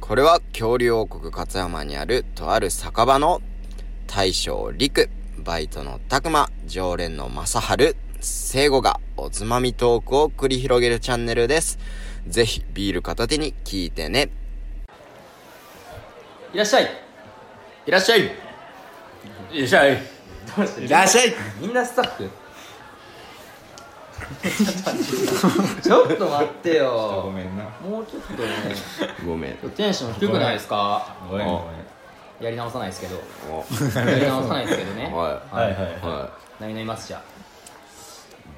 これは恐竜王国勝山にあるとある酒場の大将陸、バイトの拓馬、常連の正春、聖子がおつまみトークを繰り広げるチャンネルです。ぜひビール片手に聞いてね。いらっしゃいいらっしゃいいらっしゃいいらっしゃいみんなスタ ッフちょっと待ってごよめんなもうちょっとねご めん。テンション低くないですかごめんごめんやり直さないですけ どおはやり直さないですけどい。ね ははいはいい。は何飲みますじゃい。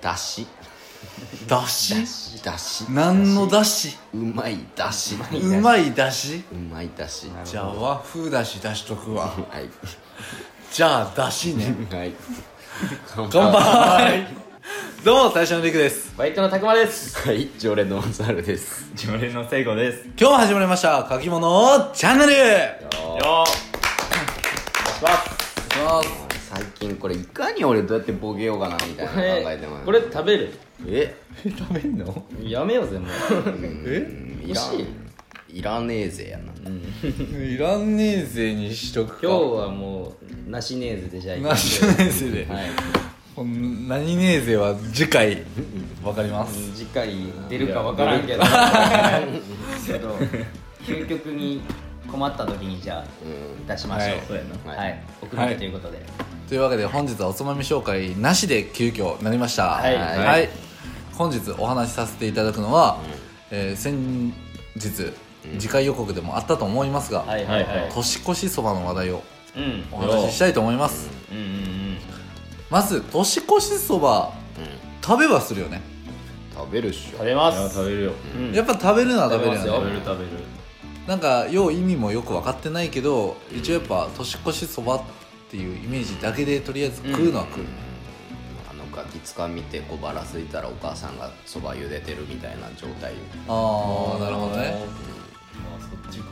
だし。だしだし。何のだしうまいだし。うまいだしうまいだし。じゃあ和風だし出しとくわはい。じゃあだしねはい。乾杯どうも最初のりくですあバイトのたくまですはい、常連のマサルです。常連の聖子です今日も始まりました書き物チャンネルよー最近これいかに俺どうやってボケようかなみたいなこ考えれてます。これ食べるえ、食べんのやめようぜもううんいら欲しん、いらねえぜやな。いらんねえぜにしとく今日はもうなしねーズでじゃあ行きまなししょうねえぜではいこん何ねえぜは次回わかります次回出るか分からんけど ちょっと究極に困った時にじゃあ出しましょう、はいそうやなはいはい送るということで、というわけで本日はおつまみ紹介なしで急遽なりましたはいはい本日お話しさせていただくのは、えー先日次回予告でもあったと思いますが、はい、はいはい年越しそばの話題をうんお話ししたいと思いますうんうんまず年越しそばうん、食べはするよね食べるっし食ょ。べまいやす食べるようんやっぱ食べるのは食べるよね食べます食よべる食べるなんかよう意味もよく分かってないけど一応やっぱ年越しそばっていうイメージだけでとりあえず食うのは食う、あのガキつかみて小腹すいたらお母さんがそば茹でてるみたいな状態。ああなるほどねまあそっちか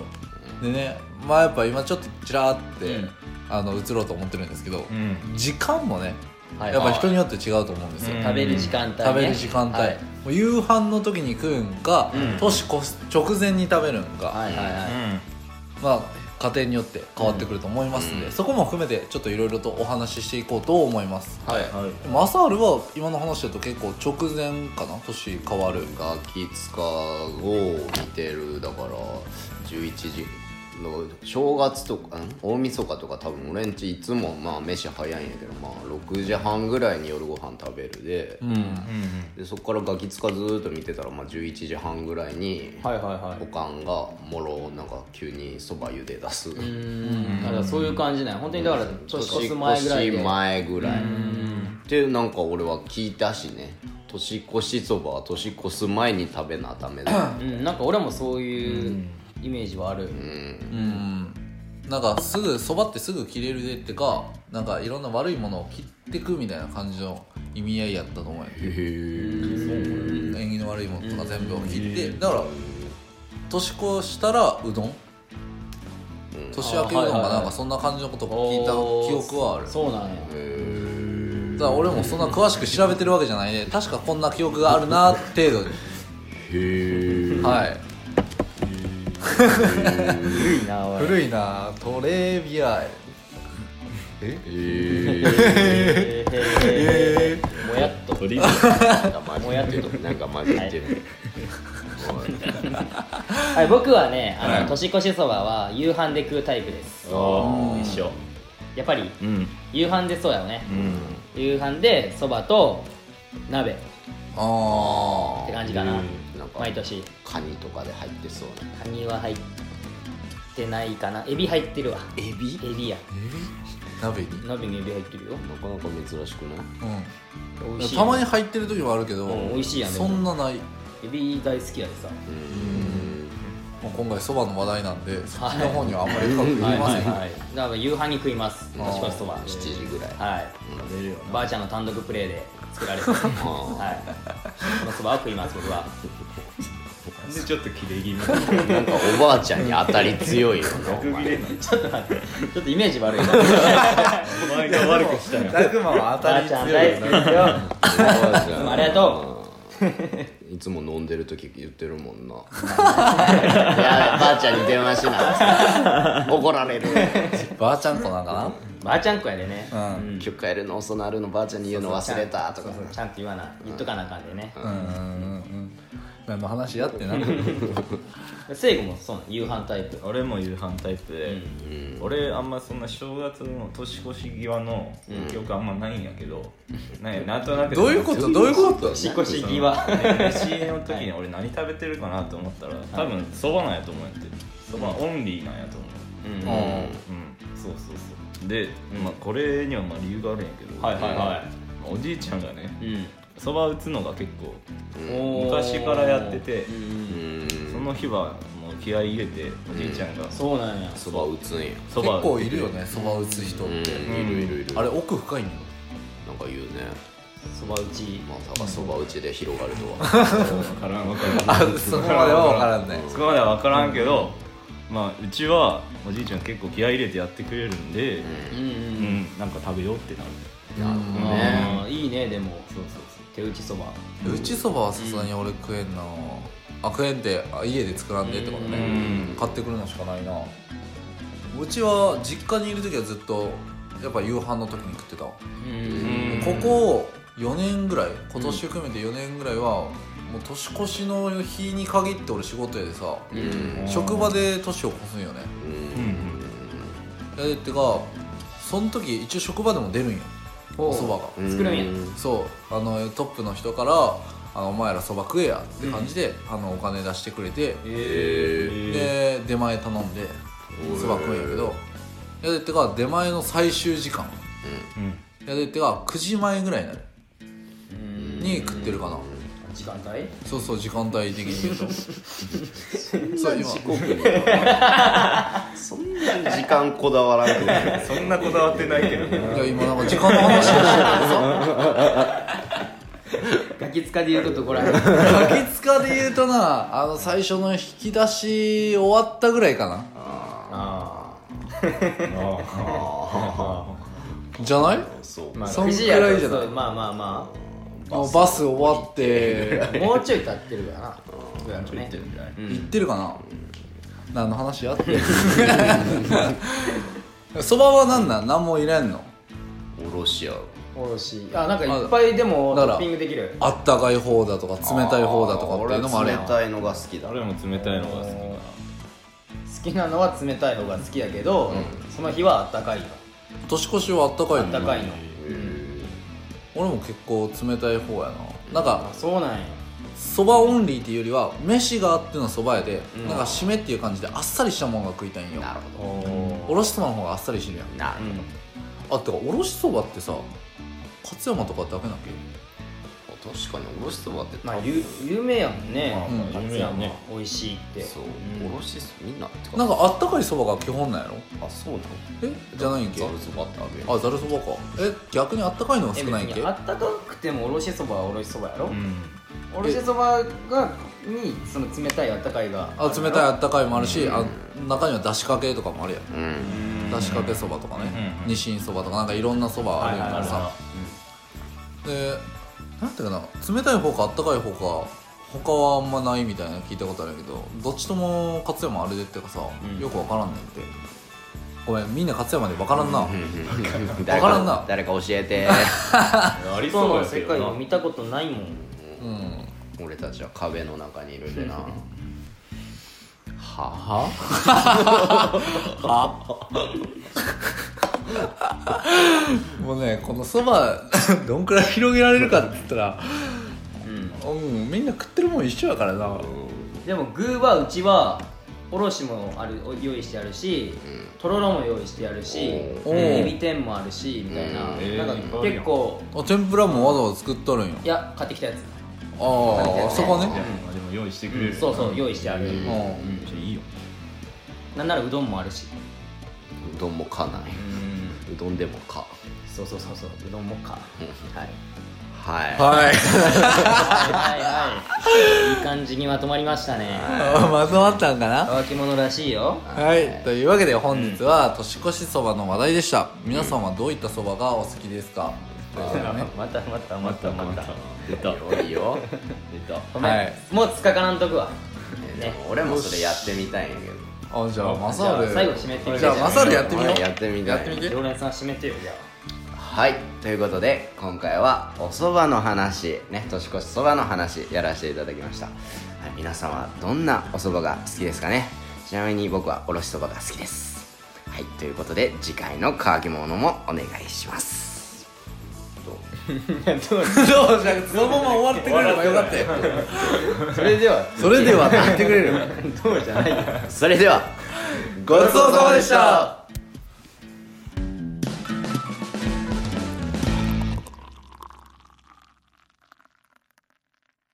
でねまあやっぱ今ちょっとちらーって、うんあの移ろうと思ってるんですけど、うん時間もねはいやっぱ人によって違うと思うんですよ、うん食べる時間帯、ね、食べる時間帯、はいもう夕飯の時に食うんか、うん年越す直前に食べるんか、はいはいはいまあ家庭によって変わってくると思いますんで、うんそこも含めてちょっといろいろとお話ししていこうと思いますはい。うんはいでも朝あるは今の話だと結構直前かな年変わるガキつかを見てるだから11時の正月とかん大晦日とか多分俺んちいつもまあ飯早いんやけどまあ6時半ぐらいに夜ご飯食べるで,、うんうんでそこからガキつかずーっと見てたらまあ11時半ぐらいに、はいはいはいおかんがもろなんか急にそば茹で出すうーんだからそういう感じなんや本当にだから年越す前ぐらい年で越し前ぐらいでなんか俺は聞いたしね年越しそばは年越す前に食べなダメだうん、なんか俺もそういうイメージはある、うんなんかすぐそばってすぐ切れるでってかなんかいろんな悪いものを切ってくみたいな感じの意味合いやったと思うよへえ縁起の悪いものとか全部を切ってだから年越したらうどん年明けうどんあはいはかいなんかそんな感じのことを聞いた記憶はあるそうなんやだから俺もそんな詳しく調べてるわけじゃないね確かこんな記憶があるな程度にへえはい古いなお い古いなトレビアへーへーへーもやっと鳥居もやっとなんか混じってるはい、僕はね、あの、はい年越しそばは夕飯で食うタイプです。ああ一緒やっぱりうん夕飯でそうやよねう。ん夕飯でそばと鍋っあて感じかな。なんか毎年。カニとかで入ってそうなカニは入ってないかな。エビ入ってるわ。エビエビや。あ鍋に鍋にエビ入ってるよ。なかなか珍しくない美うん味しい。たまに。入ってる時もあるけど、うん美味しいやんでもそんなない、まエビ大好きやでさ。あ、今回そばの話題なんでそっちの方にはあんまり深く言はいいまはせんいけどはい。だから夕飯に食います。あー年越しそば。 7時ぐらいはい。食べるよばあちゃんの単独プレーで作られ てる。はい。このそばを食います僕は。なんでちょっと切れ気味なんかおばあちゃんに当たり強いよなお逆切前れないちょっと待って、ちょっとイメージ悪いな。お前が悪くしたよ拓磨はばあちゃん大好きですよ。おばあちゃんありがといつも飲んでる時言ってるもんないやばあちゃんに電話しな怒られるばあちゃん子なんかばあちゃんこやでねなうん今日帰るの遅なるのばあちゃんに言うの忘れたとかそうそうちゃんと言わな言っとかなあかんでねうんうんうん何の話やってな聖子もそうなん夕飯タイプ俺も夕飯タイプで、俺あんまそんな正月の年越し際の記憶あんまないんやけど、なんやなんとなくどういうことどういうこと年越し際 飯の時に俺何食べてるかなと思ったら多分そばなんやと思うんやってそばオンリーなんやと思ううんうはいんうんそうそうそうで、まあ、これにはまあ理由があるんやけど、はいはおじいちゃんがねいうんそば打つのが結構おー昔からやっててうんその日はもう気合い入れておじいちゃんがそうなんやそば打つんやそ結ば構いるよねそば打つ人っうんいてるいるいるあれ奥深いんよなんか言うねそば打ちまさかそば打ちで広がるとは分からん分からあんそこまでは分からんねそこまでは分からんけど、まあうちはおじいちゃん結構気合い入れてやってくれるんで、うんううんんなんか食べようってなるなるほどねあーいいねでもそうそうそう手打ちそばうちそばはさすがに俺食えんなあ食えんってあ家で作らんでってことうねん買ってくるのしかないなうちは実家にいる時はずっとやっぱ夕飯の時に食ってたこうんこ4年ぐらい今年含めて4年ぐらいはもう年越しの日に限って俺仕事やでさうん職場で年を越すんよねうんやでってかその時一応職場でも出るんよおそばがうん作るんやそうあのトップの人から「あのお前らそば食えや」って感じで、あのお金出してくれて、えで出前頼んでおいそば食うんやけどやでってか出前の最終時間うんやでってか9時前ぐらいになるに食ってるかな時間帯そうそう時間帯的に言うと そう今ー、遅刻にそんなに時間こだわらんくてもそんなこだわってないけどねいや今なんか時間の話をしてたガキ使で言うとところあるガキ塚で言うとなあの最初の引き出し終わったぐらいかなあじゃないそうまあそん9く時やらいじゃないそうまあまあまもうバス終わってあもうちょい経ってるからなぐらいのね行ってるかな何の話やってそばは何なん何も入れんのおろしやおろしあなんかいっぱいでもだトからッピングできるあったかい方だとか冷たい方だとかっていうのもあるや俺冷んたいのが好きだ俺も冷たいのが好き好きなのは冷たい方が好きやけど、その日はあったかいの年越しはあったかいあったのかいの、俺も結構冷たい方やななんかあそうなんやそばオンリーっていうよりは飯があってのそばやで、なんか締めっていう感じであっさりしたもんが食いたいんよなるおほおおろしそばの方があっさりしてるやんどなるあってかおろしそばってさ勝山とかだけだっけほど確かにおろしそばってまあゆ有名やもんね、まあまあ有名やね松山美味しいってそううんおろしそみんなってなんかかあったかいそばが基本なんやろあそうなのえじゃないんけざるそばってあげるあざるそばかえ逆にあったかいのがえ少ないん別けにあったかくてもおろしそばはおろしそばやろ、うんおろしそばがにその冷たいあったかいがあ冷たいあったかいもあるし、あ中にはだしかけとかもあるやん、うんだしかけそばとかね、うんうんにしんそばとかなんかいろんなそばあるやんかさ、でなんていうかな冷たい方かあったかい方か他はあんまないみたいなの聞いたことあるけどどっちとも勝山あれでってかさ、よくわからんねんってごめんみんな勝山でわからんな、誰わからんな誰か教えてありそそううのやけ世界どをな見たことないもんうん俺たちは壁の中にいるでなはあはもうねこのそば どんくらい広げられるかって言ったらうん、みんな食ってるもん一緒やからなでも具はうちはおろしもある用意してあるし、とろろも用意してあるしおーエビ天もあるしみたいな,、うんなんえかー結構あ天ぷらもわざわざ作っとるんやいや買ってきたやつああそこいねやまあでも用意してくれるそうそう用意してある、うんううんいいよなんならうどんもあるしうどんもかないうどんでもかそうそうそうそううどんもかはいはいんはい はいはいはいいい感じにまとまりましたねまとまったんかな乾き物らしいよはいというわけで本日は年越しそばの話題でした皆さんはどういったそばがお好きですかまたまたまたまた出た出いいよたごめん、はいもうつっかからんとくわえでも俺もそれやってみたいんやけどあじゃあマじサゃーあル最後締めてみじゃあマサールやってみよはいやうってみたいやってみて常連さん締めてよじゃあはいということで今回はお蕎麦の話ね年越しそばの話やらせていただきました、はい、皆さんはどんなお蕎麦が好きですかねちなみに僕はおろしそばが好きですはいということで次回の乾き物もお願いしますそうじゃあそのまま終わってくれればよかったよそれではそれではって言ってくれるそれではごちそうさまでした